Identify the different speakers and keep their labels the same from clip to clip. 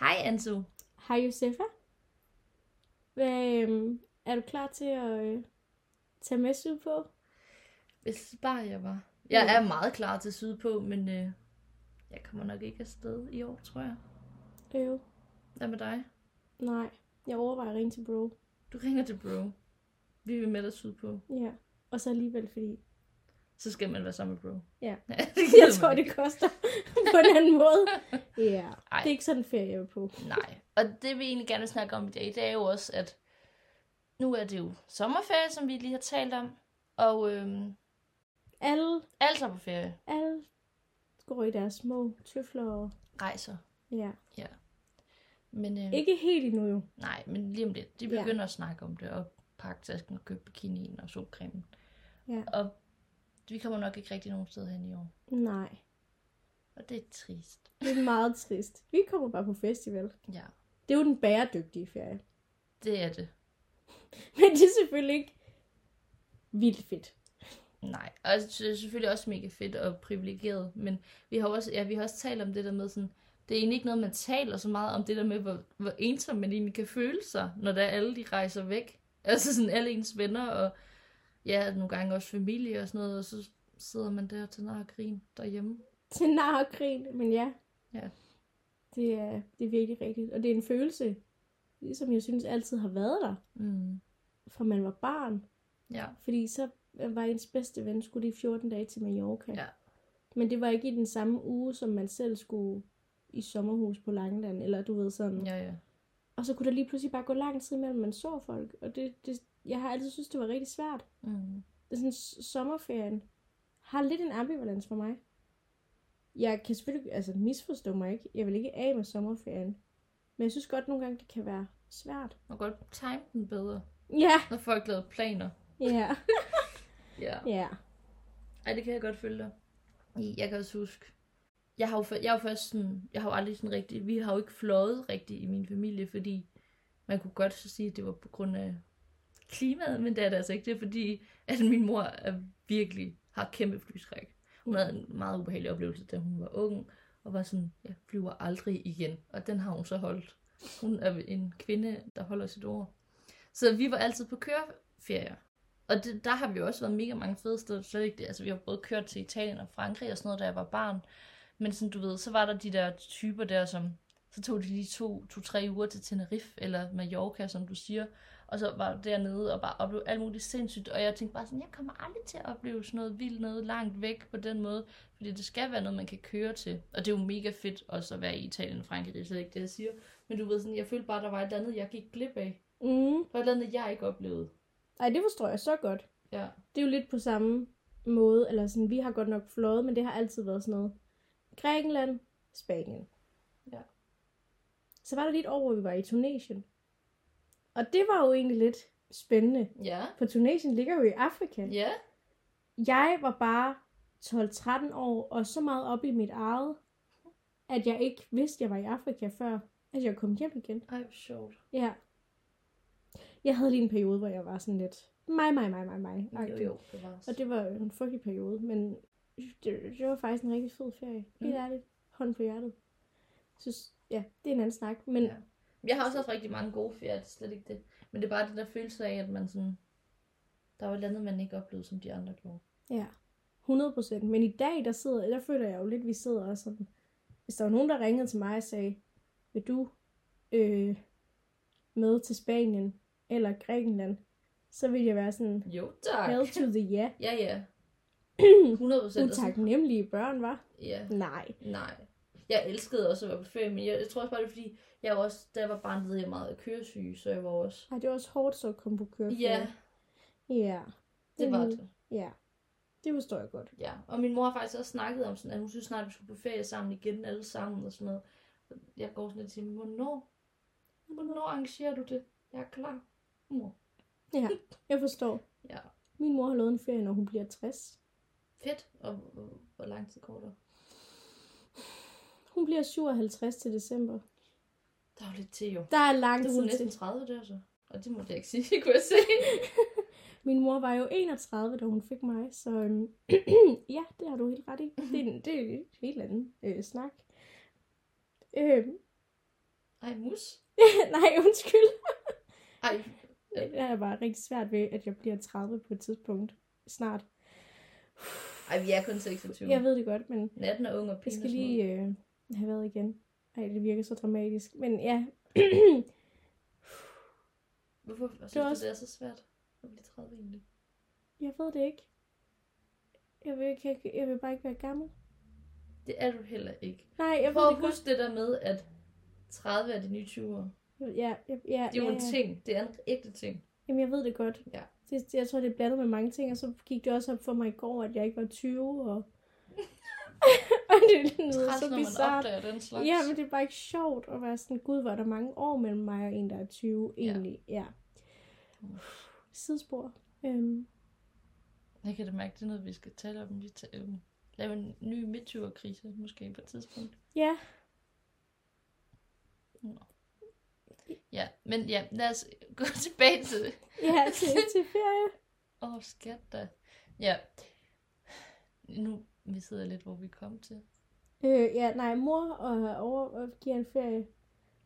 Speaker 1: Ansu.
Speaker 2: Hej Josefa. Hvad, øhm, er du klar til at øh, tage med sydpå?
Speaker 1: Hvis bare jeg var. Jeg
Speaker 2: Ja.
Speaker 1: er meget klar til sydpå, men øh, jeg kommer nok ikke afsted i år, tror jeg. Øh,
Speaker 2: Øv.
Speaker 1: Hvad med dig?
Speaker 2: Nej, jeg overvejer at ringe til bro.
Speaker 1: Du ringer til bro. Vi vil med dig sydpå.
Speaker 2: Ja, og så alligevel, fordi
Speaker 1: Så skal man være sammen med bro.
Speaker 2: Ja.
Speaker 1: det
Speaker 2: jeg
Speaker 1: gider
Speaker 2: tror,
Speaker 1: man ikke.
Speaker 2: det koster på en anden måde. Ja,
Speaker 1: Ej.
Speaker 2: det er ikke sådan en ferie, jeg er på.
Speaker 1: Nej. Og det vi egentlig gerne vil snakke om i dag, det er jo også, at nu er det jo sommerferie, som vi lige har talt om. Og øhm,
Speaker 2: Alle,
Speaker 1: alle tager på ferie.
Speaker 2: alle går i deres små tøfler og...
Speaker 1: Rejser.
Speaker 2: Ja,
Speaker 1: Men, øh,
Speaker 2: ikke helt endnu jo.
Speaker 1: Nej, men lige om lidt. De
Speaker 2: Ja.
Speaker 1: begynder ja. at snakke om det, og pakke tasken og købe bikinien og solcremen.
Speaker 2: Ja.
Speaker 1: Og vi kommer nok ikke rigtig nogen steder hen i år.
Speaker 2: Nej,
Speaker 1: Og det er trist.
Speaker 2: det er meget trist. Vi kommer bare på festival.
Speaker 1: Ja,
Speaker 2: Det er jo den bæredygtige ferie.
Speaker 1: det er det.
Speaker 2: Men det er selvfølgelig ikke vildt fedt.
Speaker 1: Nej, og det er selvfølgelig også mega fedt og privilegeret, men vi har også, ja, vi har også talt om det der med sådan, det er egentlig ikke noget, man taler så meget om det der med, hvor, hvor ensom man egentlig kan føle sig, når der alle de rejser væk. Altså sådan alle ens venner og ja, nogle gange også familie og sådan noget, og så sidder man der til nar og grin derhjemme.
Speaker 2: Til nar og grin, men ja.
Speaker 1: Ja.
Speaker 2: Det er, det er virkelig rigtigt. Og det er en følelse, som jeg synes altid har været der,
Speaker 1: Mm.
Speaker 2: fra man var barn.
Speaker 1: Ja.
Speaker 2: Fordi så var ens bedste ven, skulle lige 14 dage til Mallorca.
Speaker 1: Ja.
Speaker 2: Men det var ikke i den samme uge, som man selv skulle i sommerhus på Langeland, eller du ved sådan.
Speaker 1: Ja, ja.
Speaker 2: Og så kunne der lige pludselig bare gå lang tid imellem, man så folk. Og det, det, jeg har altid synes det var rigtig svært.
Speaker 1: Mm.
Speaker 2: Det er sådan, s- sommerferien har lidt en ambivalens for mig. Jeg kan selvfølgelig, altså misforstå mig ikke, jeg vil ikke af med sommerferien. Men jeg synes godt nogle gange, det kan være svært.
Speaker 1: Man kan godt time den bedre,
Speaker 2: Ja,
Speaker 1: når folk lavede planer.
Speaker 2: ja,
Speaker 1: Ja.
Speaker 2: ja.
Speaker 1: Ej, det kan jeg godt følge dig. i. Jeg kan også huske. Jeg har jo, før- jeg har jo først sådan, jeg har jo aldrig sådan rigtig, vi har jo ikke fløjet rigtigt i min familie, fordi man kunne godt så sige, at det var på grund af klimaet, men det er det altså ikke. Det er fordi, at min mor er virkelig har kæmpe flyskræk. Hun havde en meget ubehagelig oplevelse, da hun var ung, og var sådan, jeg flyver aldrig igen. Og den har hun så holdt. Hun er en kvinde, der holder sit ord. Så vi var altid på køreferier. Og det, der har vi jo også været mega mange fede steder, slet ikke det. Altså, vi har både kørt til Italien og Frankrig og sådan noget, da jeg var barn. Men sådan, du ved, så var der de der typer der, som... Så tog de lige to, to, tre uger til Tenerife eller Mallorca, som du siger. Og så var du dernede og bare oplevede alt muligt sindssygt. Og jeg tænkte bare sådan, jeg kommer aldrig til at opleve sådan noget vildt noget langt væk på den måde. Fordi det skal være noget, man kan køre til. Og det er jo mega fedt også at være i Italien og Frankrig, det er slet ikke det, jeg siger. Men du ved sådan, jeg følte bare, der var et eller andet, jeg gik glip af.
Speaker 2: Mm.
Speaker 1: Der var et eller andet, jeg ikke oplevede.
Speaker 2: Ej, det forstår jeg så godt.
Speaker 1: Ja.
Speaker 2: det er jo lidt på samme måde, eller sådan, vi har godt nok fløjet, men det har altid været sådan noget. Grækenland, Spanien.
Speaker 1: Ja.
Speaker 2: Så var der lige et år, hvor vi var i Tunesien. Og det var jo egentlig lidt spændende,
Speaker 1: Ja.
Speaker 2: for Tunesien ligger jo i Afrika.
Speaker 1: Ja.
Speaker 2: Jeg var bare 12-13 år, og så meget op i mit eget, at jeg ikke vidste, jeg var i Afrika, før at jeg kom hjem igen.
Speaker 1: Ej, hvor sjovt.
Speaker 2: Ja. Jeg havde lige en periode, hvor jeg var sådan lidt, mig, mig, mig, mig, mig.
Speaker 1: Jo, jo, det var
Speaker 2: Og det var jo en frygtelig periode, men det, det var faktisk en rigtig fed ferie. Helt
Speaker 1: Mm.
Speaker 2: ærligt. Hånd på hjertet. Jeg Synes, ja, det er en anden snak, men
Speaker 1: Ja. Jeg har også haft rigtig mange gode ferier, det er slet ikke det. Men det er bare den der følelse af, at man sådan... Der var et eller andet, man ikke oplevede, som de andre gjorde.
Speaker 2: ja, 100 procent. Men i dag, der, sidder, der føler jeg jo lidt, at vi sidder og sådan... Hvis der var nogen, der ringede til mig og sagde, vil du øh, med til Spanien eller Grækenland, så ville jeg være sådan,
Speaker 1: Jo, tak.
Speaker 2: hell to the yeah.
Speaker 1: Ja, ja. 100 procent. Altså,
Speaker 2: Utaknemmelige børn, var?
Speaker 1: Ja,
Speaker 2: Nej.
Speaker 1: nej. Jeg elskede også at være på ferie, men jeg, jeg tror også bare, det er fordi, jeg var også, da jeg var barn, havde jeg meget køresyge, så jeg var også...
Speaker 2: Ej, det var også hårdt så at komme på køreferie.
Speaker 1: Ja,
Speaker 2: Ja.
Speaker 1: det var
Speaker 2: Mm.
Speaker 1: det.
Speaker 2: Ja. Det forstår jeg godt.
Speaker 1: Ja, og min mor har faktisk også snakket om sådan, at hun synes snart, vi skulle på ferie sammen igen, alle sammen og sådan noget. Og Jeg går sådan lidt til hende, hvornår? Hvornår arrangerer du det? Jeg er klar, mor.
Speaker 2: Ja, jeg forstår.
Speaker 1: Ja.
Speaker 2: Min mor har lavet en ferie, når hun bliver 60.
Speaker 1: Fedt. Og hvor- hvor lang tid går der?
Speaker 2: Hun bliver 57 til december.
Speaker 1: Der er jo lidt til jo.
Speaker 2: Der er lang
Speaker 1: Det er hun
Speaker 2: tid
Speaker 1: næsten
Speaker 2: til.
Speaker 1: 30 der så. Og det må jeg ikke sige, kunne jeg se.
Speaker 2: Min mor var jo 31, da hun fik mig, så øhm, ja, det har du helt ret i. Det er en, det er en helt anden øh, snak. Øhm,
Speaker 1: Ej, mus.
Speaker 2: Nej, undskyld.
Speaker 1: Ej,
Speaker 2: Det er bare rigtig svært ved, at jeg bliver 30 på et tidspunkt. Snart.
Speaker 1: ej vi er kun 26.
Speaker 2: Jeg ved det godt, men
Speaker 1: Natten er ung og
Speaker 2: jeg
Speaker 1: pinde
Speaker 2: skal
Speaker 1: lige...
Speaker 2: lige øh, have været igen. Ej, det virker så dramatisk. Men ja,
Speaker 1: Hvorfor synes
Speaker 2: Det
Speaker 1: det
Speaker 2: var
Speaker 1: du,
Speaker 2: også-
Speaker 1: det er så svært at blive 30 egentlig?
Speaker 2: jeg ved det ikke. Jeg vil, ikke, jeg, jeg vil bare ikke være gammel.
Speaker 1: Det er du heller ikke.
Speaker 2: Nej, jeg ved
Speaker 1: Prøv
Speaker 2: det
Speaker 1: at
Speaker 2: godt.
Speaker 1: huske det der med, at 30 er de nye 20 år.
Speaker 2: Ja, ja, ja,
Speaker 1: Det er jo
Speaker 2: ja,
Speaker 1: en
Speaker 2: ja.
Speaker 1: ting. Det er en ægte ting.
Speaker 2: Jamen, jeg ved det godt.
Speaker 1: Ja.
Speaker 2: Det, det- jeg tror, det er blandet med mange ting, og så gik det også op for mig i går, at jeg ikke var 20, og, og det lyder
Speaker 1: Træls,
Speaker 2: så
Speaker 1: når man
Speaker 2: bizarrt.
Speaker 1: opdager den slags.
Speaker 2: Ja, men det er bare ikke sjovt at være sådan, gud, hvor er der mange år mellem mig og en, der er 20,
Speaker 1: Ja. Mm.
Speaker 2: egentlig. Ja. Sidespor. Øhm,
Speaker 1: Jeg kan da mærke, det er noget, vi skal tale om. Vi tager, øhm, lave en ny midtjyverkrise, måske på et tidspunkt.
Speaker 2: ja,
Speaker 1: Ja, men ja, lad os gå tilbage til det.
Speaker 2: ja til, til ferie.
Speaker 1: Åh, oh, skat da. Ja. Nu, vi sidder lidt, hvor vi kom til.
Speaker 2: Øh, ja, nej, mor og over og giver en ferie,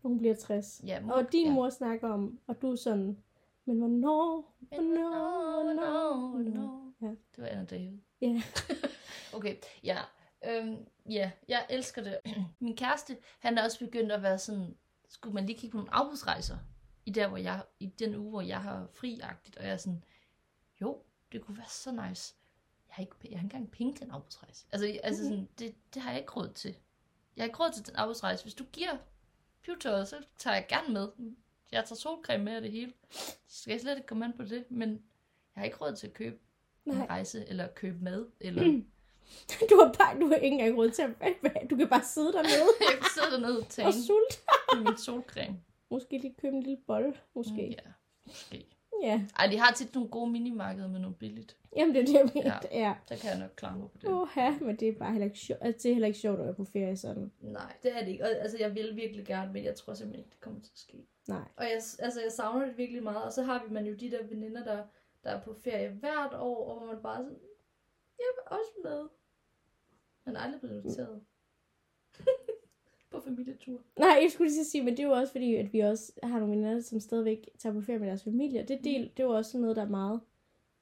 Speaker 2: når hun bliver 60.
Speaker 1: Ja, mor,
Speaker 2: Og din
Speaker 1: Mm. ja.
Speaker 2: mor snakker om, og du er sådan, men hvornår?
Speaker 1: Men
Speaker 2: Hvornår?
Speaker 1: hvornår, hvornår, hvornår?
Speaker 2: Ja.
Speaker 1: Det var Anna David.
Speaker 2: Ja.
Speaker 1: Okay, ja. Øhm, ja, jeg elsker det. Min kæreste, han er også begyndt at være sådan, skulle man lige kigge på nogle afbudsrejser i, der, hvor jeg, i den uge, hvor jeg har friagtigt, og jeg er sådan, jo, det kunne være så nice. Jeg har ikke, jeg har ikke engang penge til en afbudsrejse. Altså, altså
Speaker 2: Mhm.
Speaker 1: sådan, det, det har jeg ikke råd til. Jeg har ikke råd til den afbudsrejse. Hvis du giver pivetøjet, så tager jeg gerne med. Jeg tager solcreme med og det hele. Så skal jeg slet ikke komme an på det, men jeg har ikke råd til at købe
Speaker 2: Nej. Mhm.
Speaker 1: en rejse, eller købe mad, eller
Speaker 2: Du har bare, du har ikke engang råd til at du kan bare sidde dernede
Speaker 1: jeg kan sidde dernede og tage
Speaker 2: og sulte.
Speaker 1: med min solcreme.
Speaker 2: Måske lige købe en lille bolle, måske.
Speaker 1: Mm, Ja,
Speaker 2: Mm,
Speaker 1: måske.
Speaker 2: ja.
Speaker 1: Ej, de har tit nogle gode minimarkeder med noget billigt.
Speaker 2: Jamen, det er det, jeg mente. Ja.
Speaker 1: Så kan jeg nok klare mig på det.
Speaker 2: ja. Oha, men det er bare heller ikke sjovt. Altså, det er heller ikke sjovt at være på ferie sådan.
Speaker 1: Nej, det er det ikke. Og, altså, jeg vil virkelig gerne, men jeg tror simpelthen ikke, det kommer til at ske.
Speaker 2: Nej.
Speaker 1: Og jeg, altså, jeg savner det virkelig meget. Og så har vi man jo de der veninder, der, der er på ferie hvert år, og hvor man bare er sådan, jeg vil også med. Man er aldrig blevet inviteret. på familietur.
Speaker 2: Nej, jeg skulle lige til at sige, men det er jo også fordi, at vi også har nogle venner, som stadigvæk tager på ferie med deres familie. Det del, det er jo også sådan noget, der er meget.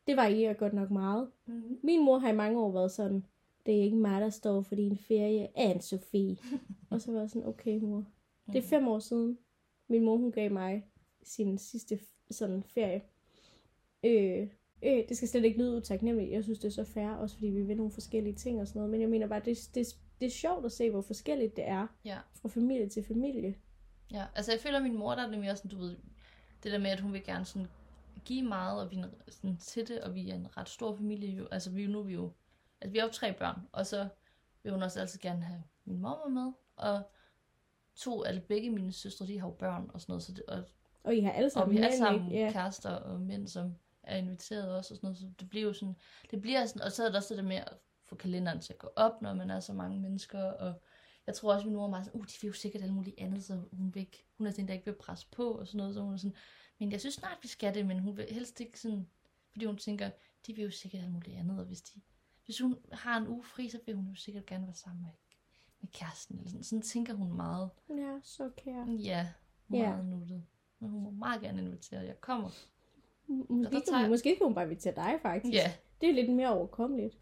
Speaker 2: Det varierer godt nok meget.
Speaker 1: Mm-hmm.
Speaker 2: Min mor har i mange år været sådan, det er ikke mig, der står for din ferie, anne Sofie. og så var jeg sådan, okay mor. Det er fem år siden, min mor hun gav mig sin sidste f- sådan ferie. Øh, øh, det skal slet ikke lyde utaknemmeligt. Jeg synes, det er så fair, også fordi vi vil nogle forskellige ting og sådan noget. Men jeg mener bare, det, det, det er sjovt at se, hvor forskelligt det er
Speaker 1: Ja.
Speaker 2: fra familie til familie.
Speaker 1: Ja, altså jeg føler, at min mor, der er det mere sådan, du ved, det der med, at hun vil gerne sådan give meget, og vi er en- sådan til det, og vi er en ret stor familie jo. Altså vi, er jo- nu er vi jo, altså vi er jo tre børn, og så vil hun også altid gerne have min mor med, og to, altså begge mine søstre, de har jo børn og sådan noget, så det, og,
Speaker 2: Og I har alle
Speaker 1: og
Speaker 2: sammen
Speaker 1: vi er alle
Speaker 2: hinanden,
Speaker 1: sammen
Speaker 2: ikke?
Speaker 1: ja. kærester og mænd, som er inviteret også og sådan noget, så det bliver jo sådan, det bliver sådan, og så er der også det der med at få kalenderen til at gå op, når man er så mange mennesker, og jeg tror også, min mor er meget sådan, uh, de vil jo sikkert alt muligt andet, så hun, vil ikke, hun er sådan, en, der ikke vil presse på, og sådan noget, så hun er sådan, men jeg synes snart, vi skal det, men hun vil helst ikke sådan, fordi hun tænker, de vil jo sikkert alt muligt andet, og hvis, de, hvis hun har en uge fri, så vil hun jo sikkert gerne være sammen med, med kæresten, eller sådan, sådan tænker hun meget,
Speaker 2: ja. ja, så kære.
Speaker 1: ja,
Speaker 2: Ja.
Speaker 1: meget nuttet. Men hun må meget gerne invitere, jeg kommer.
Speaker 2: M-
Speaker 1: Så der
Speaker 2: Måske, kan
Speaker 1: tager-
Speaker 2: hun, måske kan hun bare til dig, faktisk.
Speaker 1: Ja,
Speaker 2: Det er lidt mere overkommeligt.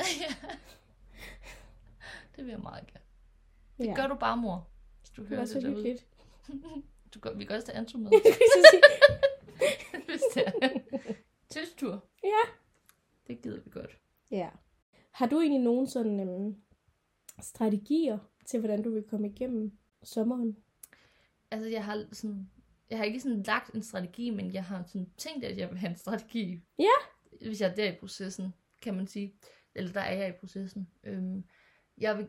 Speaker 1: det vil jeg meget gerne. Det
Speaker 2: Ja.
Speaker 1: gør du bare, mor, hvis du
Speaker 2: det
Speaker 1: hører
Speaker 2: var
Speaker 1: det,
Speaker 2: så
Speaker 1: derude.
Speaker 2: hyggeligt.
Speaker 1: Du gør, vi kan også tage Anto med.
Speaker 2: Jeg skulle så sige,
Speaker 1: Hvis det er. Tøstur.
Speaker 2: Ja.
Speaker 1: Det gider vi godt.
Speaker 2: Ja. Har du egentlig nogen sådan øhm, strategier til, hvordan du vil komme igennem sommeren?
Speaker 1: Altså, jeg har sådan... Jeg har ikke sådan lagt en strategi, men jeg har sådan tænkt, at jeg vil have en strategi.
Speaker 2: Ja.
Speaker 1: Hvis jeg er der i processen, kan man sige. Eller der er jeg i processen. Øhm, jeg, vil,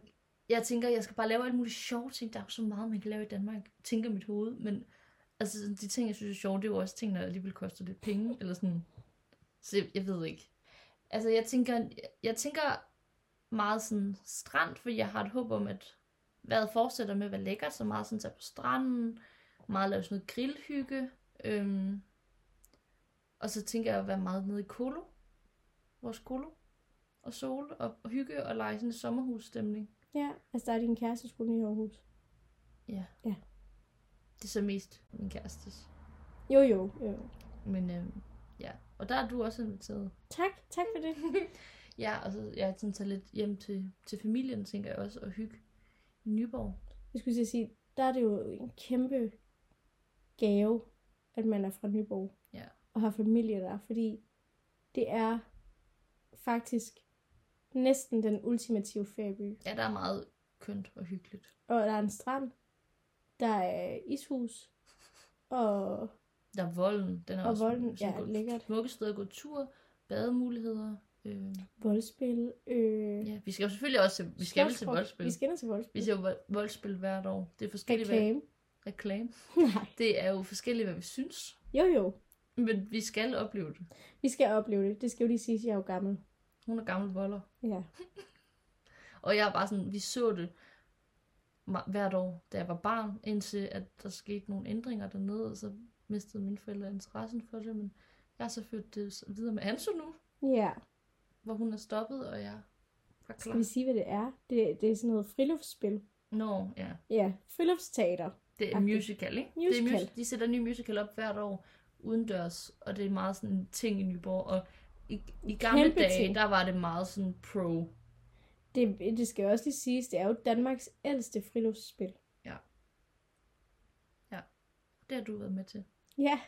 Speaker 1: jeg tænker, jeg skal bare lave alle mulige sjove ting. Der er jo så meget, man kan lave i Danmark, tænker mit hoved. Men altså, sådan de ting, jeg synes er sjove, det er jo også ting, der alligevel koster lidt penge. Eller sådan. Så jeg, jeg ved ikke. Altså, jeg tænker, jeg, jeg tænker meget sådan strand, fordi jeg har et håb om, at vejret fortsætter med at være lækkert, så meget sådan tage på stranden, meget lave sådan noget grillhygge, øhm, og så tænker jeg at være meget nede i Kolo, vores Kolo, og sol og, og hygge og lege sådan en sommerhusstemning.
Speaker 2: Ja, altså der er din kæreste skole i Aarhus.
Speaker 1: Ja.
Speaker 2: Ja.
Speaker 1: Det er så mest min kærestes.
Speaker 2: Jo, jo, jo.
Speaker 1: Men øh, ja, og der er du også inviteret.
Speaker 2: Tak, tak for det.
Speaker 1: Ja, og så jeg sådan tager lidt hjem til, til familien, tænker jeg også, og hygge i Nyborg.
Speaker 2: Jeg skulle til at sige, der er det jo en kæmpe gave, at man er fra Nyborg.
Speaker 1: Ja.
Speaker 2: Og har familie der, fordi det er faktisk næsten den ultimative ferieby.
Speaker 1: Ja, der er meget kønt og hyggeligt.
Speaker 2: Og der er en strand, der er ishus, og
Speaker 1: Der er volden. Den er
Speaker 2: Og
Speaker 1: også
Speaker 2: volden,
Speaker 1: sådan
Speaker 2: ja,
Speaker 1: god-
Speaker 2: lækkert.
Speaker 1: Smukke steder at gå tur, bademuligheder. Øh,
Speaker 2: voldspil. Øh,
Speaker 1: ja. Vi skal jo selvfølgelig også til, vi skal vel til
Speaker 2: slåskrog.
Speaker 1: voldspil.
Speaker 2: Vi skal ind til voldspil.
Speaker 1: Vi ser jo vold- voldspil hvert år. Det er forskellige hvad-
Speaker 2: Reklame.
Speaker 1: reklame.
Speaker 2: Nej.
Speaker 1: Det er jo forskelligt, hvad vi synes.
Speaker 2: Jo, jo.
Speaker 1: Men vi skal opleve det.
Speaker 2: Vi skal opleve det. Det skal jo lige siges, jeg er jo gammel.
Speaker 1: Hun er gammel volder.
Speaker 2: Ja.
Speaker 1: Og jeg er bare sådan, vi så det ma- hvert år, da jeg var barn, indtil at der skete nogle ændringer dernede, og så mistede mine forældre interessen for det, men jeg har så ført det s- videre med Anso nu,
Speaker 2: Ja.
Speaker 1: hvor hun er stoppet, og jeg var
Speaker 2: Skal vi
Speaker 1: klar.
Speaker 2: sige, hvad det er? Det, det er sådan noget friluftsspil.
Speaker 1: Nå, ja.
Speaker 2: Ja, friluftsteater.
Speaker 1: Det er
Speaker 2: Agtigt.
Speaker 1: musical, ikke? Det er
Speaker 2: Musical.
Speaker 1: mus- de sætter en ny musical op hvert år, udendørs, og det er meget sådan en ting i Nyborg, og i, i gamle
Speaker 2: Kæmpe
Speaker 1: dage,
Speaker 2: ting.
Speaker 1: der var det meget sådan pro.
Speaker 2: Det, det skal også lige siges, det er jo Danmarks ældste friluftsspil.
Speaker 1: Det har du været med til.
Speaker 2: Ja.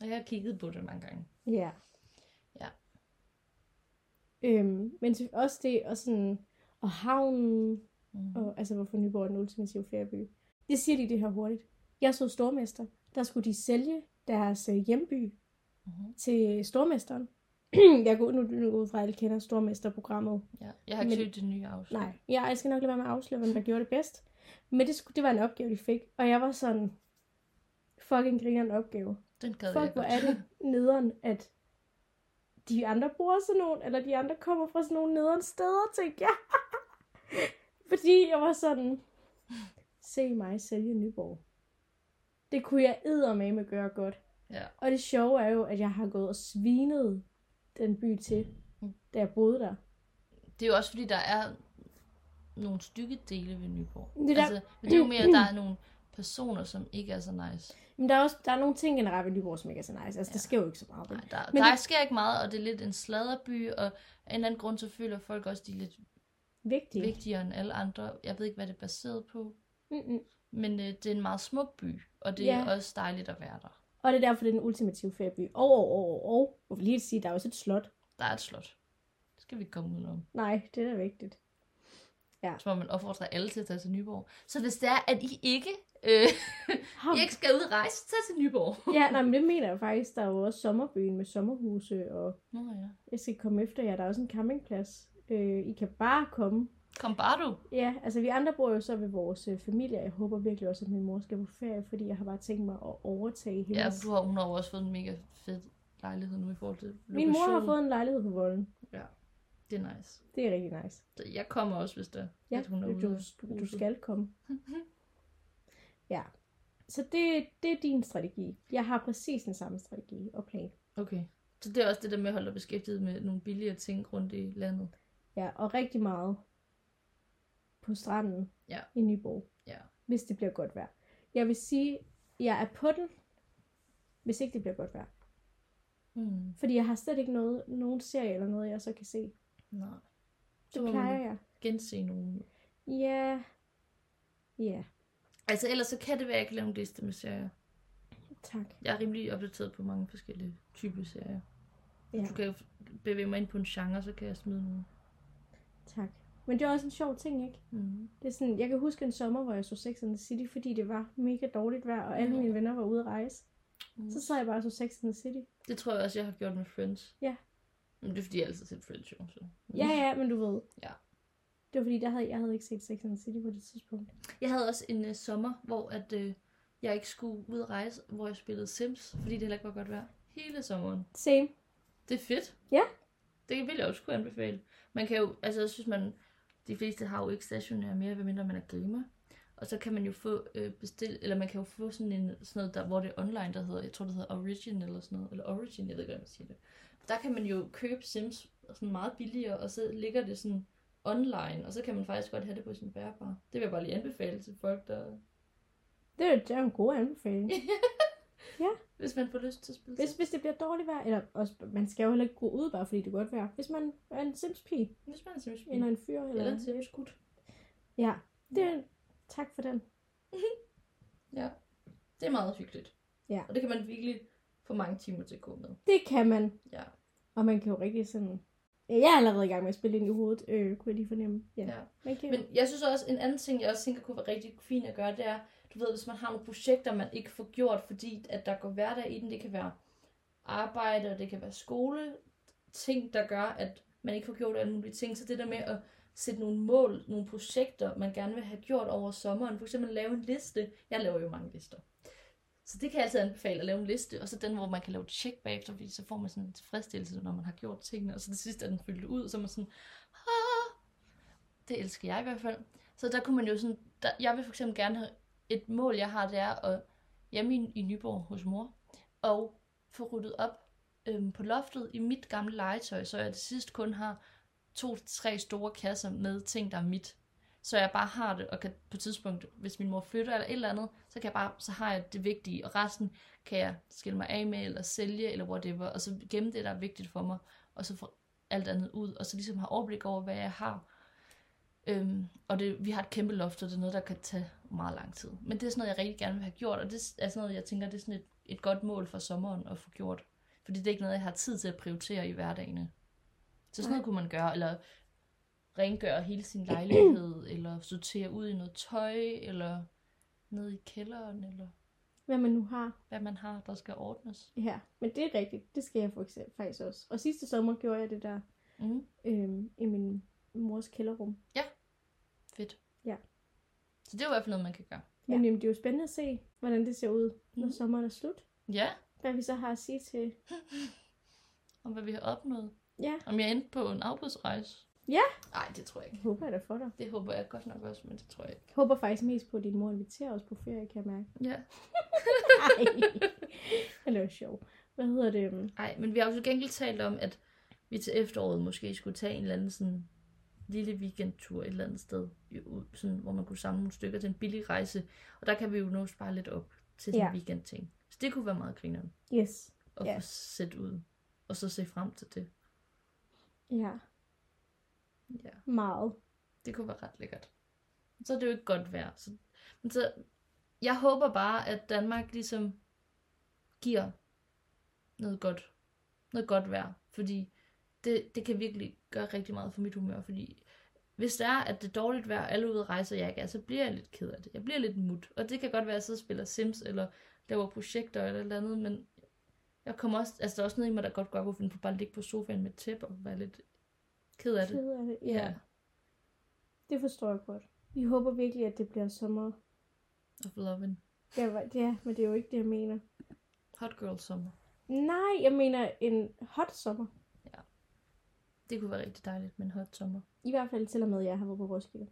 Speaker 1: Og jeg har kigget på det mange gange.
Speaker 2: Ja.
Speaker 1: Ja.
Speaker 2: Øhm, men til- også det, og sådan, og havnen,
Speaker 1: Mm.
Speaker 2: og altså hvorfor Nyborg er den ultimative ferieby. Det siger de det her hurtigt. Jeg så stormester, der skulle de sælge deres øh, hjemby
Speaker 1: Mhm.
Speaker 2: til stormesteren. jeg går nu, nu ud fra, at alle kender stormesterprogrammet.
Speaker 1: Ja. Jeg har ikke
Speaker 2: Men-
Speaker 1: set det nye afsnit.
Speaker 2: Nej, jeg, jeg skal nok lade være med at afsløre, hvem der gjorde det bedst. Men det, skulle, det var en opgave, de fik. Og jeg var sådan, fucking griner en opgave.
Speaker 1: Den gad jeg
Speaker 2: Fuck, hvor
Speaker 1: godt.
Speaker 2: er det nederen, at de andre bruger sådan nogle, eller de andre kommer fra sådan nogle nederen steder, tænkte jeg. Fordi jeg var sådan, se mig sælge Nyborg. Det kunne jeg eddermame gøre godt.
Speaker 1: Ja.
Speaker 2: Og det sjove er jo, at jeg har gået og svinet den by til,
Speaker 1: Mm.
Speaker 2: da jeg boede der.
Speaker 1: Det er jo også fordi, der er nogle stykke dele ved Nyborg.
Speaker 2: Det er der- Mm.
Speaker 1: Altså, men det er jo mere, at der er nogle personer, som ikke er så nice.
Speaker 2: Men der er også der er nogle ting generelt ved Nyborg, som ikke er så nice. Altså, ja.
Speaker 1: Ja.
Speaker 2: der sker jo ikke så meget.
Speaker 1: Nej,
Speaker 2: vel?
Speaker 1: der,
Speaker 2: Men
Speaker 1: der
Speaker 2: det-
Speaker 1: sker ikke meget, og det er lidt en sladderby, og af en eller anden grund, så føler folk også, de er lidt
Speaker 2: Vigtigt.
Speaker 1: vigtigere end alle andre. Jeg ved ikke, hvad det er baseret på,
Speaker 2: Mm-mm.
Speaker 1: men øh, det er en meget smuk by, og det er
Speaker 2: Ja.
Speaker 1: også dejligt at være der.
Speaker 2: Og det er derfor, det er den ultimative ferieby. Og, og, og, og, og. Jeg vil lige sige, der er også et slot.
Speaker 1: Der er et slot. Det skal vi ikke komme udenom.
Speaker 2: Nej, det er da vigtigt.
Speaker 1: Så må man opfordre alle til at tage til Nyborg. Så hvis det er, at I ikke, øh,
Speaker 2: Ham.
Speaker 1: I ikke skal ud og rejse, så tag til Nyborg.
Speaker 2: ja, nej, men det mener jeg faktisk. Der er jo også sommerbyen med sommerhuse, og
Speaker 1: Nå ja.
Speaker 2: jeg skal komme efter jer. Der er også en campingplads. Øh, I kan bare komme.
Speaker 1: Kom bare du.
Speaker 2: Ja, altså vi andre bor jo så ved vores øh, familie. Jeg håber virkelig også, at min mor skal på ferie, fordi jeg har bare tænkt mig at overtage
Speaker 1: Ja,
Speaker 2: hendes.
Speaker 1: du har, hun har jo også fået en mega fed lejlighed nu i forhold til lokationen.
Speaker 2: min mor har fået en lejlighed på volden.
Speaker 1: Det er nice.
Speaker 2: Det er rigtig nice.
Speaker 1: Så Jeg kommer også, hvis det er,
Speaker 2: Ja,
Speaker 1: at hun er ude.
Speaker 2: du, du, du skal komme. ja. Så det, det er din strategi. Jeg har præcis den samme strategi og plan.
Speaker 1: Okay. Så det er også det der med at holde dig beskæftiget med nogle billigere ting rundt i landet.
Speaker 2: Ja, og rigtig meget på stranden
Speaker 1: Ja.
Speaker 2: i Nyborg.
Speaker 1: Ja.
Speaker 2: Hvis det bliver godt vejr. Jeg vil sige, jeg er på den, hvis ikke det bliver godt vejr.
Speaker 1: Hmm.
Speaker 2: Fordi jeg har slet ikke noget, nogen serie eller noget, jeg så kan se.
Speaker 1: Nej. Så
Speaker 2: Det
Speaker 1: må
Speaker 2: plejer
Speaker 1: man
Speaker 2: jeg.
Speaker 1: gense nogle.
Speaker 2: Ja. Ja,
Speaker 1: Altså ellers så kan det være, at jeg kan lave en liste med serier.
Speaker 2: tak.
Speaker 1: Jeg er rimelig opdateret på mange forskellige typer serier.
Speaker 2: Ja,
Speaker 1: Du kan jo f- bevæge mig ind på en genre, så kan jeg smide nogle.
Speaker 2: tak. Men det er også en sjov ting, ikke?
Speaker 1: Mm.
Speaker 2: Det er sådan, jeg kan huske en sommer, hvor jeg så Sex and the City, fordi det var mega dårligt vejr, og alle
Speaker 1: Nå.
Speaker 2: mine venner var ude at rejse.
Speaker 1: Mm.
Speaker 2: Så sad jeg bare og så Sex and the City.
Speaker 1: Det tror jeg også, jeg har gjort med Friends.
Speaker 2: Ja.
Speaker 1: Men det er fordi, jeg altid har set Friends, jo. Så. Mhm.
Speaker 2: Ja, ja, men du ved.
Speaker 1: Ja.
Speaker 2: Det var fordi, der havde, jeg havde ikke set Sex and the City på det tidspunkt.
Speaker 1: Jeg havde også en øh, sommer, hvor at, øh, jeg ikke skulle ud at rejse, hvor jeg spillede Sims, fordi det heller ikke var godt vejr. Hele sommeren.
Speaker 2: Same.
Speaker 1: Det er fedt.
Speaker 2: Ja.
Speaker 1: Det vil jeg også kunne anbefale. Man kan jo, altså jeg synes man, de fleste har jo ikke stationær mere, medmindre man er gamer. Og så kan man jo få øh, bestil, eller man kan jo få sådan en, sådan noget der, hvor det er online, der hedder, jeg tror det hedder Origin eller sådan noget, eller Origin, jeg ved ikke, hvordan man siger det. Der kan man jo købe Sims sådan meget billigere, og så ligger det sådan online, og så kan man faktisk godt have det på sin bærbare. Det vil jeg bare lige anbefale til folk, der
Speaker 2: Det er, det er en god anbefaling.
Speaker 1: Hvis man får lyst til at spille
Speaker 2: Hvis, hvis det bliver dårligt vejr, eller også, man skal jo heller ikke gå ud bare, fordi det er godt vejr. Hvis man er en simspige,
Speaker 1: hvis man er
Speaker 2: mm. eller
Speaker 1: simpelthen
Speaker 2: en fyr, eller...
Speaker 1: eller en seriøs
Speaker 2: Ja, det er, tak for den.
Speaker 1: Ja. Det er meget hyggeligt.
Speaker 2: Ja.
Speaker 1: Og det kan man virkelig få mange timer til at gå med.
Speaker 2: Det kan man.
Speaker 1: Ja.
Speaker 2: Og man kan jo rigtig sådan... Ja, Jeg er allerede i gang med at spille ind i hovedet, øh, kunne jeg lige fornemme. Ja.
Speaker 1: Ja.
Speaker 2: Man kan...
Speaker 1: Men jeg synes også, en anden ting, jeg også tænker kunne være rigtig fint at gøre, det er, du ved, hvis man har nogle projekter, man ikke får gjort, fordi at der går hverdag i den, det kan være arbejde, og det kan være skole, ting, der gør, at man ikke får gjort alle mulige ting. Så det der med at sætte nogle mål, nogle projekter, man gerne vil have gjort over sommeren. For eksempel lave en liste. Jeg laver jo mange lister. Så det kan jeg altid anbefale at lave en liste, og så den, hvor man kan lave et tjek bagefter, fordi så får man sådan en tilfredsstillelse, når man har gjort tingene, og så det sidste er den fyldt ud, så er man sådan, ah, det elsker jeg i hvert fald. Så der kunne man jo sådan, der, jeg vil for eksempel gerne have, et mål jeg har, det er at hjemme i, i Nyborg hos mor, og få ryddet op øhm, på loftet i mit gamle legetøj, så jeg til sidst kun har to-tre store kasser med ting, der er mit. Så jeg bare har det, og kan på et tidspunkt, hvis min mor flytter eller et eller andet, så, kan jeg bare, så har jeg det vigtige, og resten kan jeg skille mig af med, eller sælge, eller whatever, og så gemme det, der er vigtigt for mig, og så få alt andet ud, og så ligesom have overblik over, hvad jeg har. Øhm, og det, vi har et kæmpe loft, og det er noget, der kan tage meget lang tid. Men det er sådan noget, jeg rigtig gerne vil have gjort, og det er sådan noget, jeg tænker, det er sådan et, et godt mål for sommeren at få gjort. Fordi det er ikke noget, jeg har tid til at prioritere i hverdagene. Så sådan
Speaker 2: Nej.
Speaker 1: noget kunne man gøre, eller rengøre hele sin lejlighed, eller sortere ud i noget tøj, eller ned i kælderen, eller
Speaker 2: Hvad man nu har.
Speaker 1: hvad man har, der skal ordnes.
Speaker 2: Ja, men det er rigtigt. Det skal jeg for eksempel, faktisk også. Og sidste sommer gjorde jeg det der
Speaker 1: Mm,
Speaker 2: øhm, i min mors kælderrum.
Speaker 1: fedt.
Speaker 2: Ja.
Speaker 1: Så det er jo i hvert fald noget, man kan gøre.
Speaker 2: Men
Speaker 1: Ja.
Speaker 2: ja. jamen, det er jo spændende at se, hvordan det ser ud, når
Speaker 1: Mhm.
Speaker 2: sommeren er slut.
Speaker 1: Ja,
Speaker 2: Hvad vi så har at sige til...
Speaker 1: om hvad vi har opnået.
Speaker 2: Ja,
Speaker 1: Om jeg endte på en afbudsrejse.
Speaker 2: Ja.
Speaker 1: Nej, det tror jeg ikke.
Speaker 2: det håber jeg da for dig.
Speaker 1: Det håber jeg godt nok også, men det tror jeg ikke.
Speaker 2: Jeg håber faktisk mest på, at din mor inviterer os på ferie, kan jeg mærke.
Speaker 1: Ja.
Speaker 2: Ej, det var sjov. Hvad hedder det? øhm,
Speaker 1: Nej, men vi har jo til gengæld talt om, at vi til efteråret måske skulle tage en eller anden sådan lille weekendtur et eller andet sted, i- ud- sådan, hvor man kunne samle nogle stykker til en billig rejse. Og der kan vi jo nu spare lidt op til sådan en
Speaker 2: Ja.
Speaker 1: weekendting. Så det kunne være meget grineren
Speaker 2: Yes.
Speaker 1: at
Speaker 2: Ja.
Speaker 1: få sætte ud, og så se frem til det.
Speaker 2: Ja,
Speaker 1: Ja.
Speaker 2: meget.
Speaker 1: Det kunne være ret lækkert. Så er det jo ikke godt vejr. Så, men så, jeg håber bare, at Danmark ligesom giver noget godt, noget godt vejr. Fordi det, det kan virkelig gøre rigtig meget for mit humør. Fordi hvis det er, at det er dårligt vejr, og alle er ude at rejse, og jeg ikke er, så bliver jeg lidt ked af det. Jeg bliver lidt mut. Og det kan godt være, at jeg sidder og spiller Sims, eller laver projekter, eller et eller andet, men jeg kommer også, altså der er også noget i mig, der godt godt kunne finde på bare at ligge på sofaen med et tæppe og være lidt ked af det.
Speaker 2: Ked af det. Ja, ja, det forstår jeg godt. Vi håber virkelig, at det bliver sommer.
Speaker 1: Of loving.
Speaker 2: Ja, hva- ja, men det er jo ikke det, jeg mener.
Speaker 1: Hot girl sommer.
Speaker 2: Nej, jeg mener en hot sommer.
Speaker 1: Det kunne være rigtig dejligt med en hot sommer.
Speaker 2: I hvert fald til og med, at jeg har været på Roskilde.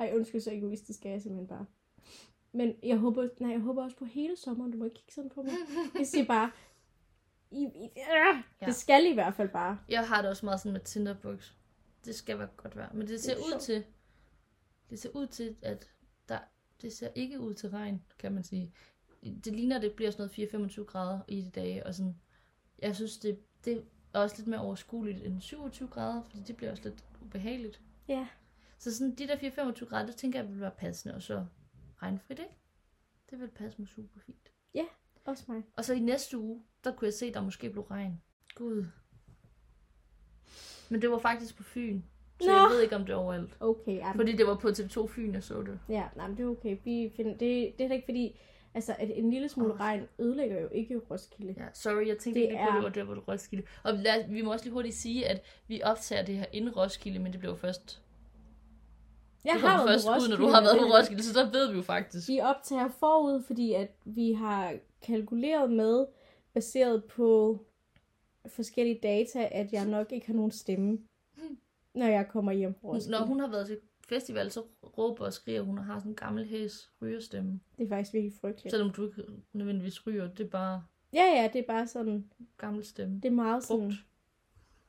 Speaker 2: Ej, undskyld, så egoistisk er jeg simpelthen bare. Men jeg håber, nej, jeg håber også på hele sommeren. Du må ikke kigge sådan på mig. Jeg siger bare, I, I, ja.
Speaker 1: Ja.
Speaker 2: det skal I, i hvert fald bare.
Speaker 1: Jeg har det også meget sådan med Tinderbuks. Det skal være godt være. Men det ser
Speaker 2: er
Speaker 1: ud
Speaker 2: sjovt.
Speaker 1: til, det ser ud til, at der, det ser ikke ud til regn, kan man sige. Det ligner, at det bliver sådan noget 4-25 grader i de dage, og sådan, jeg synes, det, det er også lidt mere overskueligt end 27 grader, fordi det bliver også lidt ubehageligt.
Speaker 2: Ja.
Speaker 1: Så sådan de der 4-25 grader, det tænker jeg vil være passende, og så regnfrit, ikke? Det vil passe mig super fint.
Speaker 2: Også mig.
Speaker 1: Og så i næste uge, der kunne jeg se, der måske blev regn. Gud. Men det var faktisk på Fyn. Så Nå. jeg
Speaker 2: Nå.
Speaker 1: ved ikke, om det er overalt.
Speaker 2: Okay, ja,
Speaker 1: Fordi det var på TV2 Fyn, jeg så det.
Speaker 2: Ja, nej, men det er okay. Vi finder, det, det er da ikke fordi, altså, at en lille smule
Speaker 1: Åh.
Speaker 2: regn ødelægger jo ikke Roskilde.
Speaker 1: Ja, sorry, jeg tænkte
Speaker 2: Det
Speaker 1: ikke på,
Speaker 2: er-
Speaker 1: det var der, hvor det var Roskilde. Og lad, os- vi må også lige hurtigt sige, at vi optager det her inden Roskilde, men det blev først,
Speaker 2: Jeg
Speaker 1: det kommer først ud, når du har været på Roskilde, så der ved vi jo faktisk.
Speaker 2: Vi optager forud, fordi at vi har kalkuleret med, baseret på forskellige data, at jeg nok ikke har nogen stemme, når jeg kommer hjem fra
Speaker 1: Hun-
Speaker 2: Roskilde.
Speaker 1: Når hun har været til festival, så råber og skriger hun og har sådan en gammel hæs rygerstemme.
Speaker 2: Det er faktisk virkelig frygteligt.
Speaker 1: Selvom du ikke nødvendigvis ryger, det er bare
Speaker 2: Ja, ja, det er bare sådan,
Speaker 1: gammel stemme.
Speaker 2: det er meget sådan,
Speaker 1: Brugt.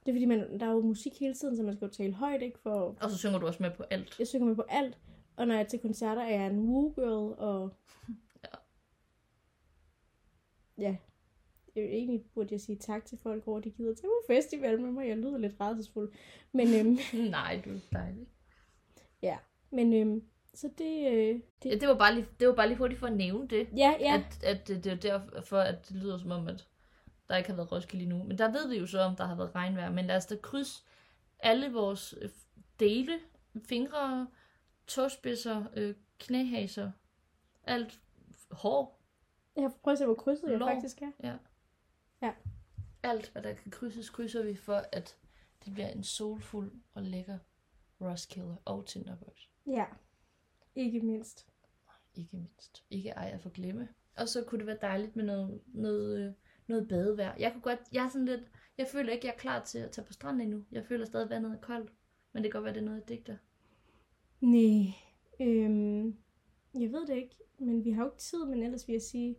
Speaker 2: det er fordi, man, der er jo musik hele tiden, så man skal jo tale højt, ikke? For
Speaker 1: Og så synger du også med på alt.
Speaker 2: jeg synger med på alt, Og når jeg er til koncerter, er jeg en woo-girl, og...
Speaker 1: Ja.
Speaker 2: Ja. Jeg vil egentlig burde jeg sige tak til folk over, at de gider tage på festival med mig. Jeg lyder lidt rædselsfuld. Men, øhm,
Speaker 1: Nej, du er dejlig.
Speaker 2: men øhm, så det... Øh,
Speaker 1: Ja, det var bare lige, det var bare lige hurtigt for at nævne det.
Speaker 2: ja, ja.
Speaker 1: At, at øh, det, det er derfor, at det lyder som om, at der ikke har været Roskilde endnu. Men der ved vi jo så, om der har været regnvejr. Men lad os da krydse alle vores øh, dele, fingre, tåspidser, øh, knæhaser, alt hår,
Speaker 2: Jeg har prøvet at se, hvor krydset jeg
Speaker 1: Lår.
Speaker 2: faktisk er.
Speaker 1: alt hvad der kan krydses, krydser vi for, at det bliver en solfuld og lækker Roskilde og Tinderbørs.
Speaker 2: Ja. Ikke mindst.
Speaker 1: Ikke mindst. Ikke ej at forglemme. Og så kunne det være dejligt med noget, noget, øh, noget badevejr. Jeg kunne godt, jeg er sådan lidt, jeg føler ikke, jeg er klar til at tage på stranden endnu. Jeg føler stadig, at vandet er koldt. Men det kan godt være, det er noget, jeg digter.
Speaker 2: Nej. Øhm, jeg ved det ikke, men vi har jo ikke tid, men ellers vil jeg sige,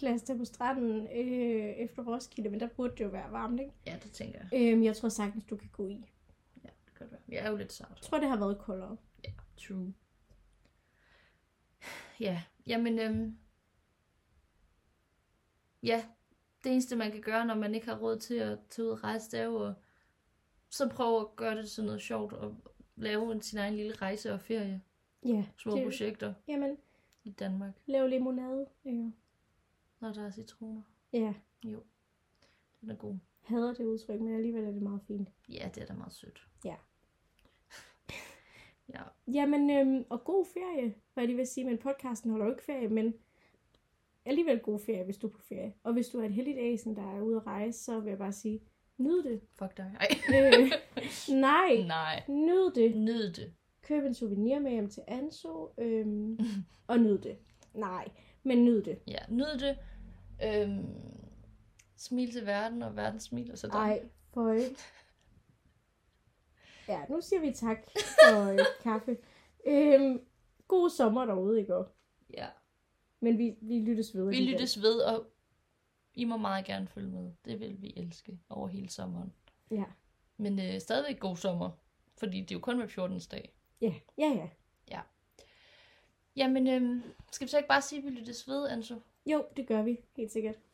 Speaker 2: lad os tage på stranden øh, efter Roskilde, men der burde det jo være varmt, ikke?
Speaker 1: Ja, det tænker jeg.
Speaker 2: Øhm, jeg tror sagtens, du kan gå i.
Speaker 1: Ja, det kan godt være. Jeg er jo lidt sart.
Speaker 2: Jeg tror, det har været koldere.
Speaker 1: True. Ja, jamen, øhm, ja, det eneste, man kan gøre, når man ikke har råd til at tage ud og rejse, det er jo at, så prøve at gøre det sådan noget sjovt og lave en, sin egen lille rejse og ferie.
Speaker 2: Ja.
Speaker 1: små
Speaker 2: det,
Speaker 1: det... projekter
Speaker 2: Jamen,
Speaker 1: i Danmark,
Speaker 2: lav limonade. Ja.
Speaker 1: når der er citroner.
Speaker 2: ja.
Speaker 1: Jo, den er god.
Speaker 2: Hader det udtryk, men alligevel er det meget fint.
Speaker 1: Ja, det er da meget sødt.
Speaker 2: Ja.
Speaker 1: ja,
Speaker 2: Jamen, øhm, og god ferie, var jeg lige ved at sige, men podcasten holder jo ikke ferie, men alligevel god ferie, hvis du er på ferie. Og hvis du er et heldigt æsen, der er ude at rejse, så vil jeg bare sige, nyd det.
Speaker 1: fuck dig. Ej.
Speaker 2: Øh, nej,
Speaker 1: Nej.
Speaker 2: nyd det.
Speaker 1: Nyd det.
Speaker 2: Køb en souvenir med hjem til Anso, øhm, og nyd det. Nej, men nyd det.
Speaker 1: Ja, nyd det. Øhm, smil til verden, og verden smiler så dig.
Speaker 2: Ej, for Ja, nu siger vi tak for øh, kaffe. Øhm, god sommer derude i går.
Speaker 1: Ja.
Speaker 2: Men vi, vi lyttes ved.
Speaker 1: Vi
Speaker 2: alligevel.
Speaker 1: lyttes ved, og I må meget gerne følge med. Det vil vi elske over hele sommeren.
Speaker 2: Ja,
Speaker 1: Men øh, stadigvæk god sommer, fordi det er jo kun hver 14. dag.
Speaker 2: ja, ja. ja.
Speaker 1: Jamen, øhm, skal vi så ikke bare sige, at vi lyttes ved, Anso?
Speaker 2: Jo, det gør vi, helt sikkert.